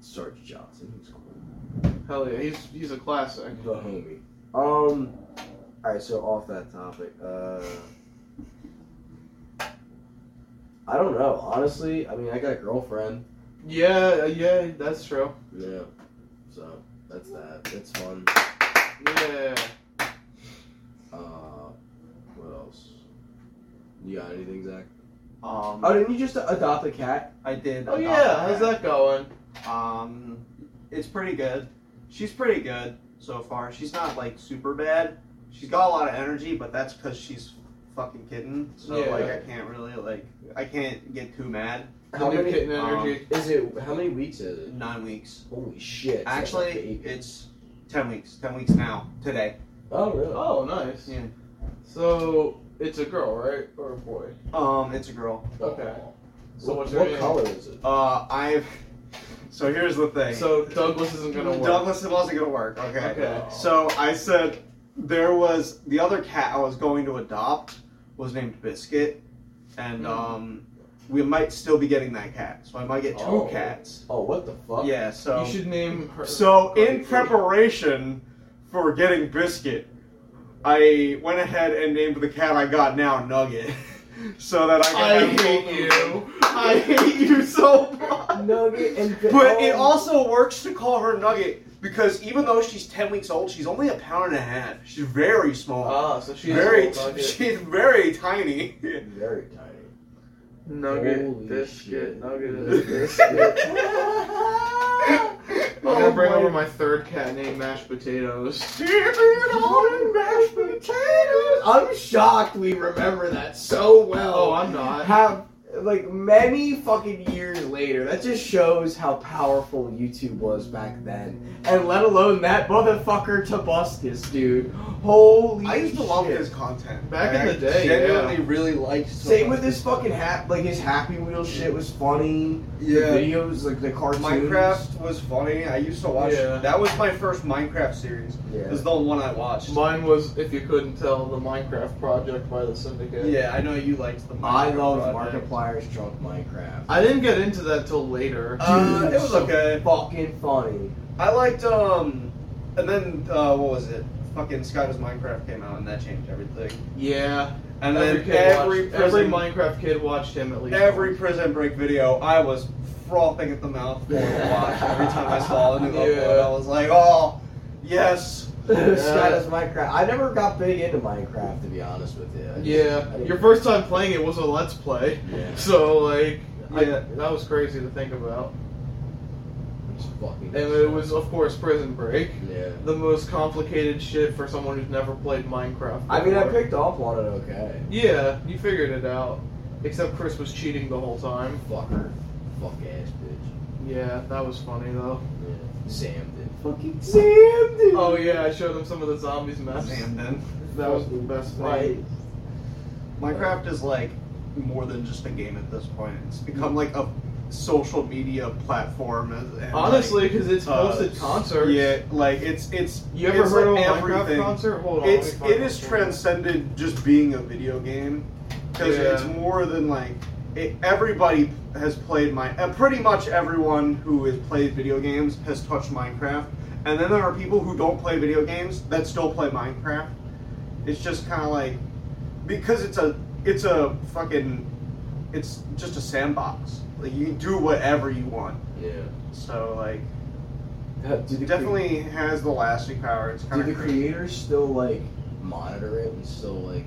Speaker 1: Sergeant Johnson, he's cool.
Speaker 2: Hell yeah, he's he's a classic.
Speaker 1: The homie. Um. All right. So off that topic. Uh. I don't know. Honestly, I mean, I got a girlfriend.
Speaker 2: Yeah, uh, yeah, that's true.
Speaker 1: Yeah. So that's that. That's fun.
Speaker 2: Yeah.
Speaker 1: Uh. What else? You got anything, Zach?
Speaker 4: Um,
Speaker 1: Oh, didn't you just adopt a cat?
Speaker 4: I did.
Speaker 2: Oh
Speaker 4: adopt
Speaker 2: yeah, how's
Speaker 4: cat.
Speaker 2: that going?
Speaker 4: Um, it's pretty good.
Speaker 3: she's pretty good so far. She's not like super bad. She's got a lot of energy, but that's because she's fucking kitten. So
Speaker 2: Yeah.
Speaker 3: like, I can't really like, I can't get too mad.
Speaker 2: The
Speaker 1: How
Speaker 2: new
Speaker 1: many
Speaker 2: kitten energy.
Speaker 1: is it? How many weeks is it?
Speaker 3: Nine weeks.
Speaker 1: Holy shit! that's like
Speaker 3: Actually,
Speaker 1: eight.
Speaker 3: it's ten weeks. Ten weeks now. Today.
Speaker 1: oh really?
Speaker 2: Oh, nice.
Speaker 3: Yeah.
Speaker 2: So it's a girl, right, or a boy?
Speaker 3: Um, it's a girl.
Speaker 2: Okay. So
Speaker 1: what
Speaker 2: what's her
Speaker 1: what
Speaker 2: name?
Speaker 1: color is it?
Speaker 3: Uh, I've. So here's the thing.
Speaker 2: So Douglas isn't gonna work.
Speaker 3: Douglas, it wasn't gonna work. Okay.
Speaker 2: Okay.
Speaker 3: So I said there was the other cat I was going to adopt was named Biscuit, and
Speaker 2: Mhm.
Speaker 3: um, we might still be getting that cat, so I might get two
Speaker 1: Oh.
Speaker 3: cats.
Speaker 1: Oh, what the fuck?
Speaker 3: Yeah. So
Speaker 2: You should name her.
Speaker 3: so in
Speaker 2: Garfield.
Speaker 3: preparation for getting Biscuit, I went ahead and named the cat I got now Nugget, so that I. Could
Speaker 2: I
Speaker 3: have-
Speaker 2: hate you.
Speaker 3: I hate you so much.
Speaker 1: Nugget and
Speaker 3: But it
Speaker 1: oh.
Speaker 3: also works to call her Nugget because even though she's ten weeks old, she's only a pound and a half. She's very small,
Speaker 2: Ah, so she's
Speaker 3: very
Speaker 2: a little nugget.
Speaker 3: she's very tiny.
Speaker 1: very tiny.
Speaker 2: nugget
Speaker 1: Holy
Speaker 2: biscuit.
Speaker 1: shit.
Speaker 2: Nugget
Speaker 1: Biscuit.
Speaker 2: biscuit. I'm
Speaker 3: Oh
Speaker 2: gonna bring over my third cat named Mashed Potatoes.
Speaker 1: mashed potatoes. I'm shocked we remember that so well.
Speaker 2: Oh, I'm not.
Speaker 1: Have like many fucking years later. That just shows how powerful YouTube was back then, and let alone that motherfucker Tabuscus, dude. Holy.
Speaker 3: I used to love
Speaker 1: shit.
Speaker 3: his content
Speaker 2: Back
Speaker 3: Like,
Speaker 2: in the day,
Speaker 3: I genuinely really liked.
Speaker 1: Same with his fucking hat. Like his Happy Wheel shit was funny. The videos, like the cartoons.
Speaker 3: Minecraft was funny. I used to watch.
Speaker 2: Yeah.
Speaker 3: That was my first Minecraft series. It
Speaker 1: Yeah.
Speaker 3: was the one I watched.
Speaker 2: Mine was, if you couldn't tell, the Minecraft project by the Syndicate.
Speaker 3: Yeah, I know you liked the. Minecraft
Speaker 1: I love
Speaker 3: project.
Speaker 1: Markiplier's drunk Minecraft.
Speaker 2: I didn't get into that till later.
Speaker 3: Uh,
Speaker 1: Dude,
Speaker 3: it was
Speaker 1: so
Speaker 3: okay.
Speaker 1: Fucking funny.
Speaker 3: I liked um, and then uh, what was it? Fucking Skydo's Minecraft came out, and that changed everything.
Speaker 2: yeah.
Speaker 3: And then
Speaker 2: kid
Speaker 3: every
Speaker 2: watched, every
Speaker 3: prison, every,
Speaker 2: Minecraft kid watched him at least. once.
Speaker 3: prison break video, I was frothing at the mouth for to watch every time I saw a new
Speaker 2: Yeah.
Speaker 3: upload. I was like, oh, yes.
Speaker 1: Status Minecraft. I never got big into Minecraft to be honest with you. I just- I
Speaker 2: Yeah.
Speaker 1: didn't-
Speaker 2: Your first time playing it was a Let's Play.
Speaker 1: Yeah.
Speaker 2: So, like, I-
Speaker 3: Yeah.
Speaker 2: that was crazy to think about.
Speaker 1: It's fucking.
Speaker 2: And it was, of course, Prison Break.
Speaker 1: Yeah.
Speaker 2: The most complicated shit for someone who's never played Minecraft.
Speaker 1: I mean, I
Speaker 2: before.
Speaker 1: picked up on it okay.
Speaker 2: Yeah, you figured it out. Except Chris was cheating the whole time.
Speaker 1: Fucker. Fuck ass bitch.
Speaker 2: Yeah, that was funny though.
Speaker 1: Yeah. Sam did. Fucking Sam did.
Speaker 2: Oh yeah, I showed him some of the zombies maps.
Speaker 3: then.
Speaker 2: That was the best thing.
Speaker 1: Right.
Speaker 3: Minecraft is like more than just a game at this point. It's become like a social media platform. and- and, like,
Speaker 2: Honestly, because it's
Speaker 3: uh,
Speaker 2: hosted concerts.
Speaker 3: Yeah, like it's it's.
Speaker 2: You ever
Speaker 3: it's
Speaker 2: heard
Speaker 3: like
Speaker 2: of a
Speaker 3: everything.
Speaker 2: Minecraft concert? Hold on. let
Speaker 3: It's
Speaker 2: me find
Speaker 3: it is
Speaker 2: one.
Speaker 3: transcended just being a video game because
Speaker 2: Yeah.
Speaker 3: it's more than like it, everybody has played my uh, pretty much everyone who has played video games has touched Minecraft, and then there are people who don't play video games that still play Minecraft. It's just kind of like because it's a it's a fucking it's just a sandbox. Like you can do whatever you want.
Speaker 1: Yeah.
Speaker 3: So like
Speaker 1: Uh, Do the
Speaker 3: it definitely has the lasting power. It's
Speaker 1: Do
Speaker 3: kind
Speaker 1: the
Speaker 3: of crazy.
Speaker 1: creators still like monitor it and still like?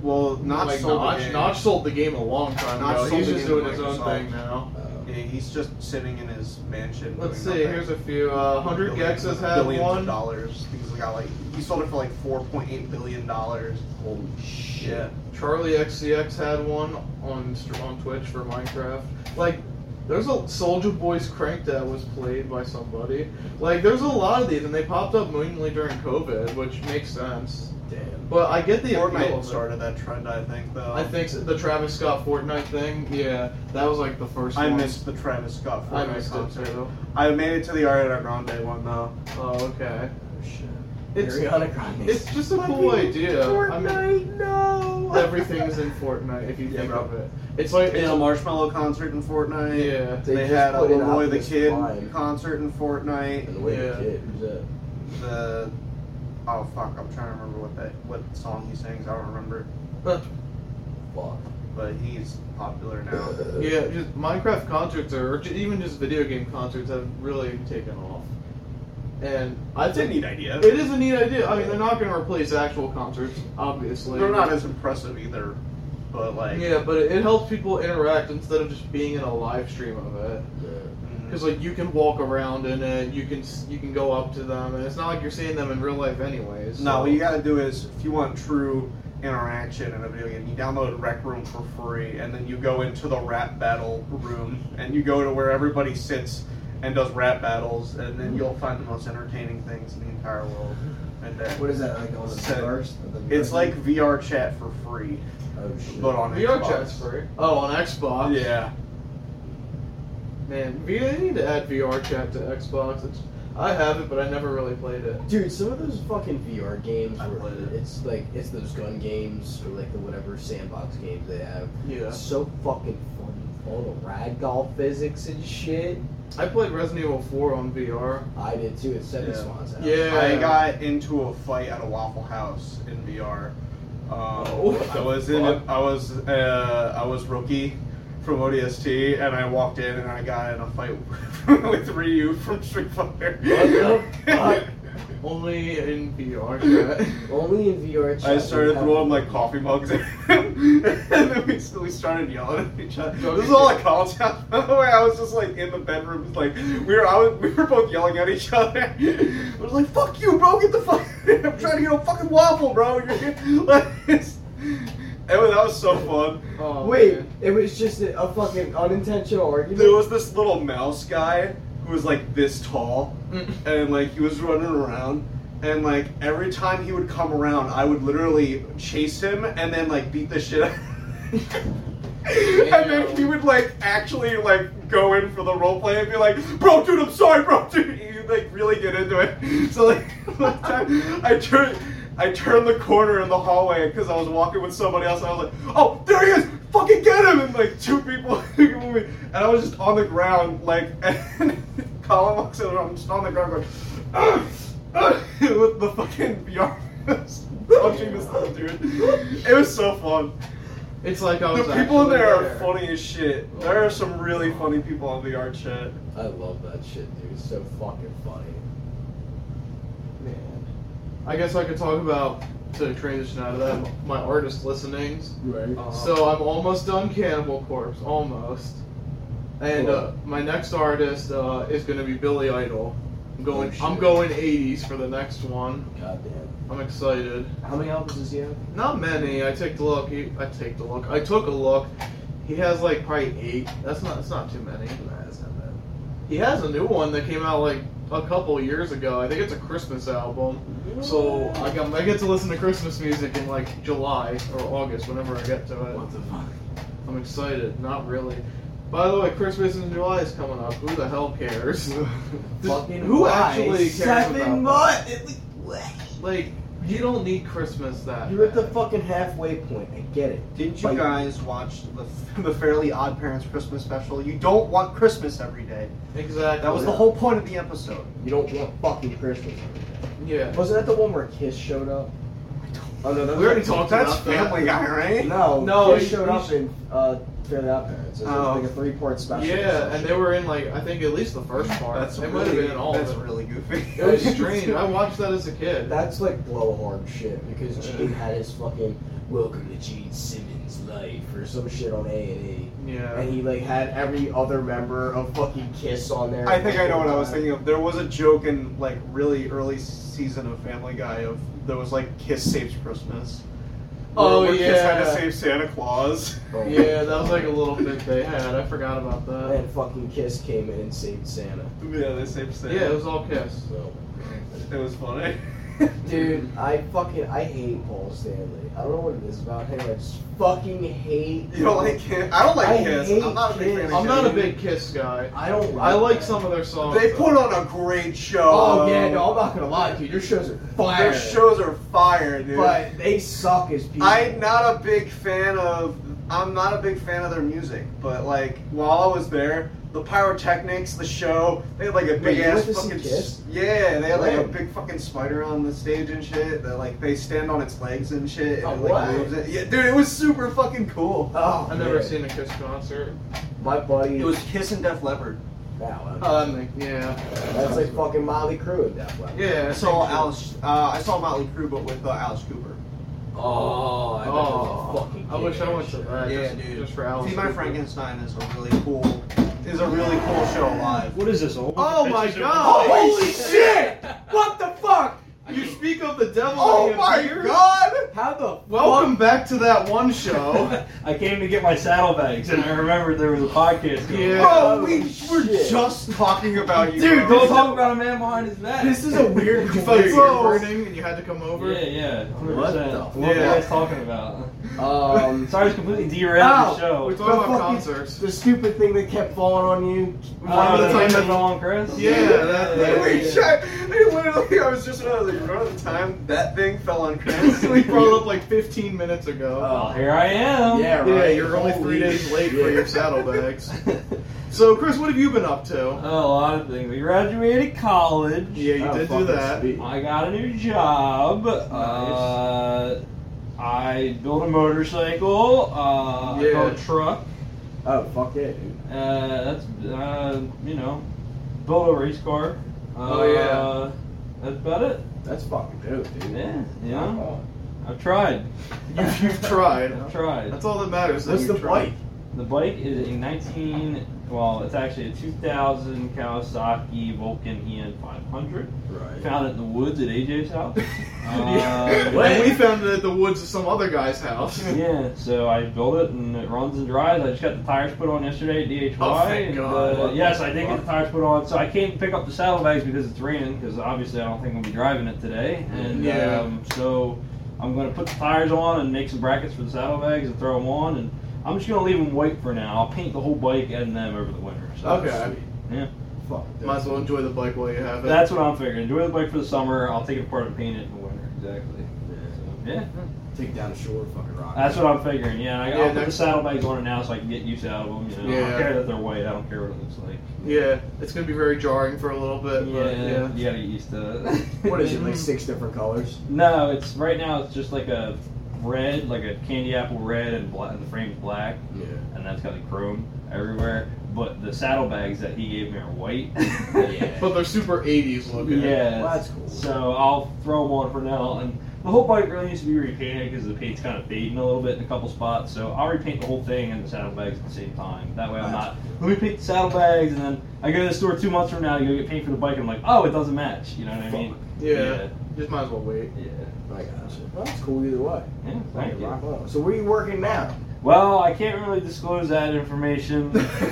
Speaker 3: Well, not
Speaker 2: like
Speaker 3: sold
Speaker 2: Notch.
Speaker 3: again.
Speaker 2: Notch sold the game a long time
Speaker 3: Notch
Speaker 2: ago.
Speaker 3: sold
Speaker 2: He's
Speaker 3: the
Speaker 2: just
Speaker 3: game to
Speaker 2: doing his own
Speaker 3: Microsoft.
Speaker 2: thing now.
Speaker 1: Uh,
Speaker 3: Yeah, he's just sitting in his mansion.
Speaker 2: Let's see.
Speaker 3: doing nothing.
Speaker 2: Here's a few. Uh, Hundred
Speaker 3: Billions
Speaker 2: Gex has
Speaker 3: of-
Speaker 2: had
Speaker 3: billions
Speaker 2: one.
Speaker 3: Of dollars. He's got like he sold it for like 4.8 billion dollars.
Speaker 1: holy shit.
Speaker 2: Charlie XCX had one on str- on Twitch for Minecraft. Like, there's a Soldier Boy's Crank that was played by somebody. Like, there's a lot of these, and they popped up mainly during COVID, which makes sense.
Speaker 1: Damn.
Speaker 2: But I get the appeal.
Speaker 3: Fortnite
Speaker 2: Of it.
Speaker 3: started that trend, I think. Though
Speaker 2: I think so- the Travis Scott Fortnite thing. Yeah, that was like the first.
Speaker 3: I
Speaker 2: one.
Speaker 3: missed the Travis Scott
Speaker 2: I
Speaker 3: Fortnite
Speaker 2: missed it
Speaker 3: concert.
Speaker 2: too.
Speaker 3: I made it to the Ariana Grande one though.
Speaker 2: Oh, okay.
Speaker 1: Oh, shit.
Speaker 2: It's
Speaker 1: Ariana Grande.
Speaker 2: it's just a cool idea. I mean,
Speaker 1: no.
Speaker 2: everything's in Fortnite if you
Speaker 3: Yeah,
Speaker 2: think
Speaker 3: bro.
Speaker 2: of it. It's like
Speaker 3: They
Speaker 2: it's
Speaker 3: had a Marshmallow concert in Fortnite.
Speaker 2: yeah.
Speaker 3: They,
Speaker 1: They just
Speaker 3: had a
Speaker 1: put it out
Speaker 3: Leroy the
Speaker 1: this
Speaker 3: Kid
Speaker 1: line.
Speaker 3: concert in Fortnite.
Speaker 1: And the way
Speaker 2: Yeah.
Speaker 1: the kid, who's that?
Speaker 3: The oh fuck, I'm trying to remember what that what song he sings. I don't remember, uh,
Speaker 1: Fuck.
Speaker 3: but he's popular now.
Speaker 2: Yeah, just Minecraft concerts or ju- even just video game concerts have really taken off. And I
Speaker 3: That's a
Speaker 2: think
Speaker 3: neat idea.
Speaker 2: it is a neat idea. I mean, they're not going to replace actual concerts, obviously.
Speaker 3: They're not as impressive either, but like
Speaker 2: Yeah, but it, it helps people interact instead of just being in a live stream of it.
Speaker 1: Yeah.
Speaker 3: mhm.
Speaker 2: because like you can walk around in it, you can s- you can go up to them, and it's not like you're seeing them in real life anyways.
Speaker 3: No,
Speaker 2: so-
Speaker 3: what you gotta do is if you want true interaction in a video game, you download Rec Room for free, and then you go into the rap battle room, and you go to where everybody sits and does rap battles, and then you'll find the most entertaining things in the entire world. And
Speaker 1: What
Speaker 3: that,
Speaker 1: is that like on the
Speaker 3: So,
Speaker 1: first? of the-
Speaker 3: it's like VR chat for free,
Speaker 1: oh shit.
Speaker 3: but on
Speaker 2: VR
Speaker 3: Xbox.
Speaker 2: chat's free. Oh, on Xbox.
Speaker 3: Yeah,
Speaker 2: Man, Vita, they need to add VR chat to Xbox. It's, I have it, but I never really played it.
Speaker 1: Dude, some of those fucking VR games
Speaker 3: I
Speaker 1: were
Speaker 3: played it.
Speaker 1: it's like it's those gun games or like the whatever sandbox games they have.
Speaker 2: Yeah.
Speaker 1: It's so fucking funny. All the ragdoll physics and shit.
Speaker 2: I played Resident Evil 4 on VR.
Speaker 1: I did too. It's Seven
Speaker 3: Yeah.
Speaker 1: Swans. House.
Speaker 2: Yeah.
Speaker 3: I got into a fight at a Waffle House in VR. Um,
Speaker 2: Oh,
Speaker 3: I was in.
Speaker 2: fuck.
Speaker 3: I was. Uh, I was rookie from ODST, and I walked in and I got in a fight with Ryu from Street Fighter.
Speaker 1: What the fuck?
Speaker 2: Only in VR chat.
Speaker 1: Only in VR. Chat
Speaker 3: I
Speaker 1: you
Speaker 3: started
Speaker 1: have-
Speaker 3: throwing like coffee mugs at him, and then we, we started yelling at each other. This is all at college house, by the way. I was just like in the bedroom, like we were, I was, we were both yelling at each other. I was like, "Fuck you, bro! Get the fuck! I'm trying to get a fucking waffle, bro!" You're- like, it's- it was, that was so fun.
Speaker 2: Oh,
Speaker 1: Wait,
Speaker 2: man.
Speaker 1: it was just a, a fucking unintentional argument.
Speaker 3: There was this little mouse guy who was like this tall, and like he was running around and like every time he would come around i would literally chase him and then like beat the shit out and then he would like actually like go in for the role play and be like bro dude i'm sorry bro dude he would, like really get into it so like one time i turned I turned the corner in the hallway because I was walking with somebody else, and I was like, "Oh, there he is! Fucking get him!" And like two people, and I was just on the ground, like, and Colin walks over, I'm just on the ground going, "Ugh, ugh," with the fucking VR punching this little dude. It was so fun.
Speaker 2: It's like I
Speaker 3: The
Speaker 2: was
Speaker 3: people in
Speaker 2: actually
Speaker 3: there are
Speaker 2: there.
Speaker 3: funny as shit. There are some really funny people on VR chat.
Speaker 1: I love that shit, dude. It's so fucking funny.
Speaker 2: Man. I guess I could talk about to transition out of that my artist listenings.
Speaker 1: Right.
Speaker 3: Uh-huh.
Speaker 2: So I'm almost done Cannibal Corpse, almost. And uh, my next artist uh, is going to be Billy Idol. I'm
Speaker 1: Oh,
Speaker 2: going.
Speaker 1: shit.
Speaker 2: I'm going 80s for the next one.
Speaker 1: Goddamn.
Speaker 2: I'm excited.
Speaker 1: How many albums does he have?
Speaker 2: Not many. I took a look. He, I take a look. I took a look. He has like probably eight. That's not. That's not too many.
Speaker 1: Nah, that's not bad.
Speaker 2: He has a new one that came out like a couple years ago. I think it's a Christmas album. So I got. I get to listen to Christmas music in like July or August, whenever I get to it.
Speaker 1: What the fuck?
Speaker 2: I'm excited. Not really. By the way, Christmas in July is coming up. Who the hell cares?
Speaker 1: Fucking
Speaker 2: Who
Speaker 1: why?
Speaker 2: actually cares
Speaker 1: Seven
Speaker 2: about that?
Speaker 1: months. It was- what?
Speaker 2: Like, you don't need Christmas that.
Speaker 1: You're at the
Speaker 2: bad.
Speaker 1: fucking halfway point. I get it.
Speaker 3: Didn't
Speaker 1: Like-
Speaker 3: you guys watch the, the Fairly Odd Parents Christmas special? You don't want Christmas every day.
Speaker 2: exactly.
Speaker 3: That was the whole point of the episode.
Speaker 1: You don't want fucking Christmas.
Speaker 2: Yeah.
Speaker 1: Wasn't that the one where Kiss showed up? Oh no, that
Speaker 2: We already
Speaker 1: was-
Speaker 2: talked
Speaker 3: That's
Speaker 2: about that.
Speaker 3: Family Guy, right?
Speaker 1: No,
Speaker 2: No,
Speaker 1: Kiss
Speaker 2: he-
Speaker 1: showed
Speaker 2: he
Speaker 1: up
Speaker 2: sh-
Speaker 1: in uh, Fairly Odd Parents. It was
Speaker 3: Oh.
Speaker 1: like a three-part special.
Speaker 2: Yeah, and they were in like I think at least the first part.
Speaker 3: That's
Speaker 2: they might have
Speaker 3: really,
Speaker 2: been in all
Speaker 3: that's
Speaker 2: of it.
Speaker 3: really goofy.
Speaker 2: It was strange. I watched that as a kid.
Speaker 1: That's like blowhard shit because Gene had his fucking "Welcome to Gene Simmons' Life" or some shit on A and E,
Speaker 2: yeah.
Speaker 1: and he like had every other member of fucking Kiss on there.
Speaker 3: I think I know what I was thinking of. There was a joke in like really early season of Family Guy of there was like Kiss saves Christmas. Where-
Speaker 2: Oh,
Speaker 3: where Kiss had to
Speaker 2: yeah.
Speaker 3: save Santa Claus.
Speaker 1: Oh.
Speaker 2: Yeah, that was like a little bit they had. I forgot about that.
Speaker 1: And fucking Kiss came in and saved Santa.
Speaker 3: yeah, they saved Santa.
Speaker 2: Yeah, it was all Kiss.
Speaker 1: So,
Speaker 3: it was funny.
Speaker 1: dude, I fucking I hate Paul Stanley. I don't know what it is about him. I just fucking hate.
Speaker 3: You don't like Kiss? I don't like
Speaker 1: I
Speaker 3: Kiss.
Speaker 1: hate
Speaker 3: I'm not a big fan
Speaker 1: Kiss.
Speaker 3: of
Speaker 2: I'm not a
Speaker 3: Kiss.
Speaker 2: big Kiss guy.
Speaker 1: I don't.
Speaker 2: I like some of their songs.
Speaker 3: They
Speaker 2: though.
Speaker 3: put on a great show.
Speaker 1: Oh yeah, no, I'm not gonna lie, dude. Your shows are fire.
Speaker 3: Their shows are fire, dude.
Speaker 1: but they suck as people.
Speaker 3: I'm not a big fan of. I'm not a big fan of their music, but like while I was there, the pyrotechnics, the show, they had like a
Speaker 1: Wait,
Speaker 3: big
Speaker 1: you
Speaker 3: ass
Speaker 1: went to see
Speaker 3: fucking s-
Speaker 1: Kiss?
Speaker 3: yeah, they had like a
Speaker 1: When?
Speaker 3: big fucking spider on the stage and shit. That like they stand on its legs and shit.
Speaker 1: Oh,
Speaker 3: and, it, like,
Speaker 1: what?
Speaker 3: moves it. Yeah, dude, it was super fucking cool.
Speaker 1: Oh,
Speaker 2: I've never
Speaker 1: man.
Speaker 2: seen a Kiss concert.
Speaker 1: My buddy.
Speaker 3: It was Kiss and Def Leppard.
Speaker 1: Wow,
Speaker 2: Um, yeah,
Speaker 1: that's like fucking Molly Crew in that one.
Speaker 2: yeah.
Speaker 3: I saw Alice. Uh, I saw Motley Crue, but with uh, Alice Cooper.
Speaker 1: Oh, I bet that was a
Speaker 2: Oh,
Speaker 1: fucking.
Speaker 2: I wish I went to that.
Speaker 3: Yeah,
Speaker 2: Uh, just,
Speaker 3: dude.
Speaker 2: Just for Alice.
Speaker 3: See, my
Speaker 2: Cooper.
Speaker 3: Frankenstein is a really cool is a really cool show live.
Speaker 5: What is this? Old?
Speaker 2: Oh my God.
Speaker 3: Holy shit! What the fuck?
Speaker 2: You speak of the devil.
Speaker 3: Oh
Speaker 2: when he
Speaker 3: my
Speaker 2: appears?
Speaker 3: god!
Speaker 1: How the
Speaker 2: Welcome back to that one show.
Speaker 5: I came to get my saddlebags, and I remembered there was a podcast going.
Speaker 2: Yeah.
Speaker 3: Bro, we were
Speaker 1: shit.
Speaker 3: just talking about you.
Speaker 2: Dude,
Speaker 5: Don't
Speaker 3: bro.
Speaker 5: talk about a man behind his back.
Speaker 1: This is a weird
Speaker 2: you felt your ear
Speaker 3: Bro.
Speaker 2: burning and you had to come over.
Speaker 5: Yeah, yeah. 100%.
Speaker 1: What the
Speaker 5: What were you
Speaker 2: fuck?
Speaker 5: guys talking about?
Speaker 1: Um,
Speaker 5: Sorry, it's completely derailed the
Speaker 1: Ow.
Speaker 2: We're talking
Speaker 5: show.
Speaker 1: The
Speaker 2: about
Speaker 1: fucking-
Speaker 2: concerts.
Speaker 1: the stupid thing that kept falling on you.
Speaker 5: Oh,
Speaker 2: the
Speaker 5: the
Speaker 2: time
Speaker 5: time that
Speaker 2: that-
Speaker 5: on Chris.
Speaker 2: Yeah, that-
Speaker 5: yeah,
Speaker 3: we
Speaker 5: yeah.
Speaker 3: tried. I literally, I was just when I was like, remember the time that thing fell on Chris?
Speaker 2: we brought it up like 15 minutes ago.
Speaker 5: Well, here I am.
Speaker 1: Uh, Oh, Yeah, right.
Speaker 2: yeah, you're only
Speaker 1: Holy
Speaker 2: three days late for
Speaker 1: shit. Oh,
Speaker 2: your saddlebags. so, Chris, what have you been up to?
Speaker 5: A lot of things. I graduated college.
Speaker 2: Yeah, you
Speaker 1: Oh,
Speaker 2: did do
Speaker 1: fucking
Speaker 2: that.
Speaker 1: sweet.
Speaker 5: I got a new job. Uh, I built a motorcycle. Uh, I
Speaker 2: Yeah.
Speaker 5: built a truck.
Speaker 1: Oh, fuck yeah, dude.
Speaker 5: Uh, that's uh, you know, built a race car. Uh,
Speaker 2: Oh, yeah.
Speaker 5: That's about it.
Speaker 1: That's fucking dope, dude. Oh,
Speaker 5: Yeah,
Speaker 1: Rock
Speaker 5: yeah.
Speaker 1: on.
Speaker 5: I've tried.
Speaker 2: You've, you've tried.
Speaker 5: I've tried.
Speaker 2: That's all that matters. that
Speaker 1: What's
Speaker 2: you
Speaker 1: the
Speaker 2: tried.
Speaker 1: bike?
Speaker 5: The bike is a 19, well, it's actually a 2000 Kawasaki Vulcan E EN 500.
Speaker 1: Right.
Speaker 5: Found it in the woods at AJ's house.
Speaker 2: Yeah.
Speaker 5: Uh,
Speaker 2: and we found it at the woods of some other guy's house.
Speaker 5: yeah, so I built it and it runs and drives. I just got the tires put on yesterday at DHY.
Speaker 2: Oh, thank
Speaker 5: and,
Speaker 2: God.
Speaker 5: Uh, yes, I did get the tires put on. So I came to pick up the saddlebags because it's raining, because obviously I don't think I'm going to be driving it today. And
Speaker 2: Yeah.
Speaker 5: um, so I'm going to put the tires on and make some brackets for the saddlebags and throw them on. And I'm just going to leave them white for now. I'll paint the whole bike and them over the winter. So
Speaker 2: Okay.
Speaker 5: Yeah.
Speaker 1: Fuck.
Speaker 2: Might as well enjoy the bike while you have it.
Speaker 5: That's what I'm figuring. Enjoy the bike for the summer. I'll take it apart and paint it in the winter. Exactly. So, yeah.
Speaker 1: Take down the shore, fucking rock.
Speaker 5: That's what I'm figuring. Yeah, I,
Speaker 2: Yeah,
Speaker 5: I'll put the
Speaker 2: next-
Speaker 5: saddlebags on it now so I can get use out of them. You know, I
Speaker 2: Yeah.
Speaker 5: don't care that they're white. I don't care what it looks like.
Speaker 2: yeah, it's gonna be very jarring for a little bit. But
Speaker 5: yeah,
Speaker 2: yeah.
Speaker 5: you gotta get used to it.
Speaker 1: What is it, like six different colors?
Speaker 5: No, it's right now. It's just like a red, like a candy apple red, and, black, and the frame's black,
Speaker 1: Yeah.
Speaker 5: and that's got like chrome everywhere. But the saddlebags that he gave me are white.
Speaker 1: Yeah.
Speaker 2: But they're super 80s looking.
Speaker 5: Yeah.
Speaker 1: Well, that's cool.
Speaker 5: So I'll throw them on for now. And the whole bike really needs to be repainted because the paint's kind of fading a little bit in a couple spots. So I'll repaint the whole thing and the saddlebags at the same time. That way I'm not, let me paint the saddlebags and then I go to the store two months from now to go get paint for the bike and I'm like, oh, it doesn't match. You know what I mean?
Speaker 2: Yeah. Just might as well wait.
Speaker 5: Yeah.
Speaker 1: I gotcha. Well, that's cool either way.
Speaker 5: Yeah, thank
Speaker 1: Fucking
Speaker 5: you.
Speaker 1: rock on. So where you working now?
Speaker 5: Well, I can't really disclose that information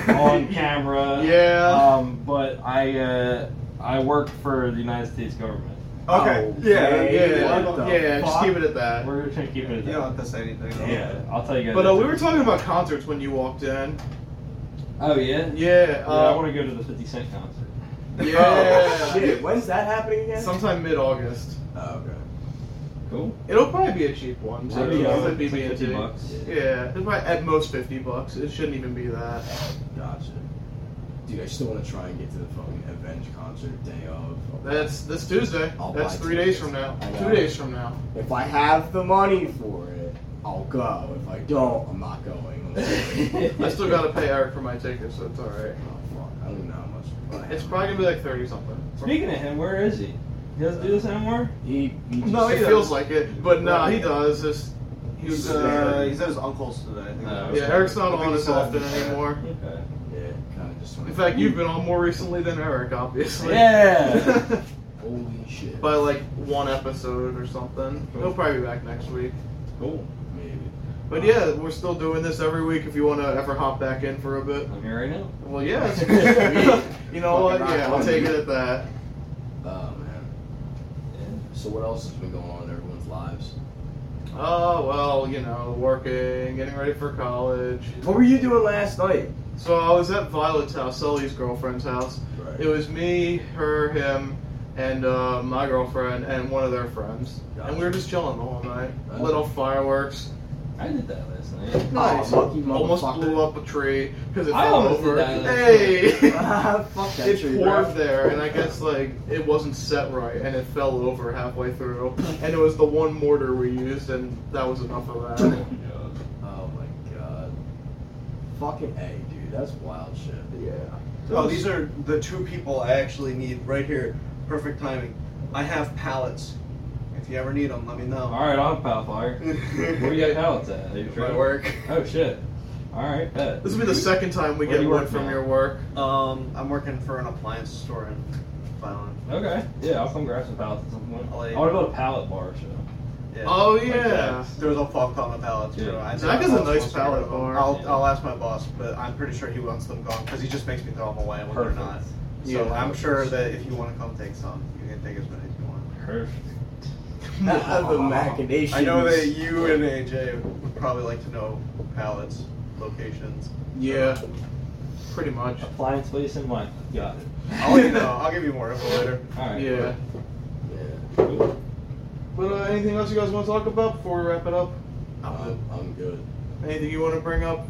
Speaker 5: on camera.
Speaker 2: Yeah.
Speaker 5: Um, but I uh, I work for the United States government.
Speaker 3: Okay.
Speaker 1: Oh,
Speaker 3: yeah.
Speaker 2: Yeah,
Speaker 3: Yeah.
Speaker 2: yeah,
Speaker 1: What the
Speaker 2: just
Speaker 1: fuck?
Speaker 2: keep it at that.
Speaker 5: We're gonna try to keep it.
Speaker 3: You
Speaker 5: at that.
Speaker 3: don't have to say anything. though.
Speaker 5: Yeah, I'll tell you guys.
Speaker 2: But uh,
Speaker 5: after.
Speaker 2: we were talking about concerts when you walked in.
Speaker 5: Oh yeah. Yeah,
Speaker 2: Yeah.
Speaker 5: I
Speaker 2: Uh,
Speaker 5: want to go to the 50 Cent concert.
Speaker 1: Oh,
Speaker 2: yeah.
Speaker 1: shit. When's that happening again?
Speaker 2: Sometime mid August.
Speaker 1: oh, okay.
Speaker 5: Cool.
Speaker 2: It'll probably be a cheap one. So
Speaker 5: Maybe, uh,
Speaker 2: it could be
Speaker 5: it's like 50
Speaker 2: BNT.
Speaker 5: bucks.
Speaker 2: Yeah, it's probably at most 50 bucks. It shouldn't even be that.
Speaker 1: Gotcha. Dude, I still want to try and get to the fucking Avenge concert day of.
Speaker 2: That's this Tuesday.
Speaker 1: I'll
Speaker 2: That's
Speaker 1: buy
Speaker 2: three
Speaker 1: tickets.
Speaker 2: days from now.
Speaker 1: I
Speaker 2: Two
Speaker 1: know.
Speaker 2: days from now.
Speaker 1: If I have the money for it, I'll go. If I don't, I'm not going.
Speaker 2: I still gotta pay Eric for my ticket, so it's alright.
Speaker 1: Oh, fuck. I don't even know how much. but I
Speaker 2: It's
Speaker 1: have.
Speaker 2: probably gonna be like 30 something.
Speaker 5: Speaking of him, where is he? He doesn't do this anymore.
Speaker 1: He, he just,
Speaker 2: No, it
Speaker 3: does.
Speaker 2: feels like it, but nah, he does. It's, he
Speaker 3: He's,
Speaker 2: was,
Speaker 3: uh, he's at his uncle's today. I think.
Speaker 5: No.
Speaker 2: yeah, Eric's not
Speaker 3: I think
Speaker 2: on
Speaker 3: he
Speaker 2: as
Speaker 3: said-
Speaker 2: often anymore.
Speaker 5: Okay.
Speaker 1: Yeah, kind of just.
Speaker 2: In fact, you've been on more recently than Eric, obviously.
Speaker 5: Yeah.
Speaker 1: Holy shit.
Speaker 2: By like one episode or something. He'll probably be back next week.
Speaker 5: Cool.
Speaker 1: Maybe.
Speaker 2: But yeah, we're still doing this every week if you want to ever hop back in for a bit.
Speaker 5: I'm here right now.
Speaker 2: Well, yeah.
Speaker 1: Sweet.
Speaker 2: you know what?
Speaker 1: Fucking rock
Speaker 2: Yeah, I'll
Speaker 1: on,
Speaker 2: take it
Speaker 1: dude.
Speaker 2: at that.
Speaker 1: Oh man. So what else has been going on in everyone's lives?
Speaker 2: Oh, well, you know, working, getting ready for college.
Speaker 1: What were you doing last night?
Speaker 2: So I was at Violet's house, Sully's girlfriend's house.
Speaker 1: Right.
Speaker 2: It was me, her, him, and uh, my girlfriend, and one of their friends. And we were just chilling the whole night.
Speaker 1: Gotcha.
Speaker 2: Little fireworks.
Speaker 5: I did that last night.
Speaker 1: Nice. lucky
Speaker 2: Almost
Speaker 1: motherfucker.
Speaker 2: blew up a tree because it
Speaker 5: I
Speaker 2: fell
Speaker 5: almost did
Speaker 2: over.
Speaker 5: that.
Speaker 2: Hey!
Speaker 1: Fuck that
Speaker 2: It
Speaker 1: tree,
Speaker 2: poured
Speaker 1: bro.
Speaker 2: there, and I guess like it wasn't set right, and it fell over halfway through. And it was the one mortar we used, and that was enough of that.
Speaker 1: Oh my god. Fucking A, dude. That's wild shit.
Speaker 2: yeah.
Speaker 3: Oh, these are the two people I actually need right here. Perfect timing. I have pallets. If you ever need them, let me know.
Speaker 5: All right, I'm Palfire. Where you got pallets at? Are you
Speaker 3: My
Speaker 5: sure?
Speaker 3: work.
Speaker 5: Oh shit. All right, bet.
Speaker 2: This will be the second time we
Speaker 5: Where do
Speaker 2: get
Speaker 5: you
Speaker 2: one
Speaker 5: work
Speaker 2: from
Speaker 5: now?
Speaker 2: your work.
Speaker 3: Um, I'm working for an appliance store in Violin.
Speaker 5: Okay, yeah, I'll come grab some pallets at some point.
Speaker 3: I'll let you
Speaker 5: I want to
Speaker 3: know.
Speaker 5: build a pallet bar, so.
Speaker 3: Yeah.
Speaker 2: Oh,
Speaker 3: Like
Speaker 2: yeah.
Speaker 3: that. there was a fuck on the pallets too.
Speaker 5: Yeah.
Speaker 3: I
Speaker 2: Zach
Speaker 3: I
Speaker 2: is a
Speaker 3: was
Speaker 2: nice
Speaker 3: supposed to get
Speaker 2: pallet
Speaker 3: rid of them.
Speaker 2: bar.
Speaker 3: I'll,
Speaker 5: Yeah.
Speaker 3: I'll ask my boss, but I'm pretty sure he wants them gone because he just makes me throw them away when
Speaker 5: Perfect.
Speaker 3: they're not. So
Speaker 2: Yeah.
Speaker 3: I'm sure that if you want to come take some, you can take as many as you want.
Speaker 5: Perfect.
Speaker 1: the machinations.
Speaker 3: I know that you and AJ would probably like to know pallets, locations.
Speaker 2: Yeah. Pretty much.
Speaker 5: Appliance place in one. Got it.
Speaker 3: I'll let you know. I'll give you more info later.
Speaker 5: All right.
Speaker 2: Yeah.
Speaker 1: Yeah,
Speaker 5: Cool.
Speaker 2: But uh, anything else you guys want to talk about before we wrap it up?
Speaker 3: Uh,
Speaker 1: I'm, I'm good.
Speaker 2: Anything you want to bring up?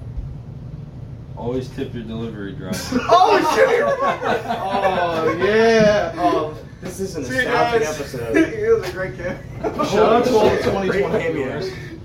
Speaker 5: Always tip your delivery driver.
Speaker 3: Oh shit! you're right.
Speaker 2: Oh yeah. Um,
Speaker 1: This is an
Speaker 3: See you
Speaker 1: astounding
Speaker 3: guys.
Speaker 1: episode.
Speaker 3: it was a great kid.
Speaker 2: shout out to all the
Speaker 1: Great
Speaker 2: 2020
Speaker 1: cameos.
Speaker 2: viewers.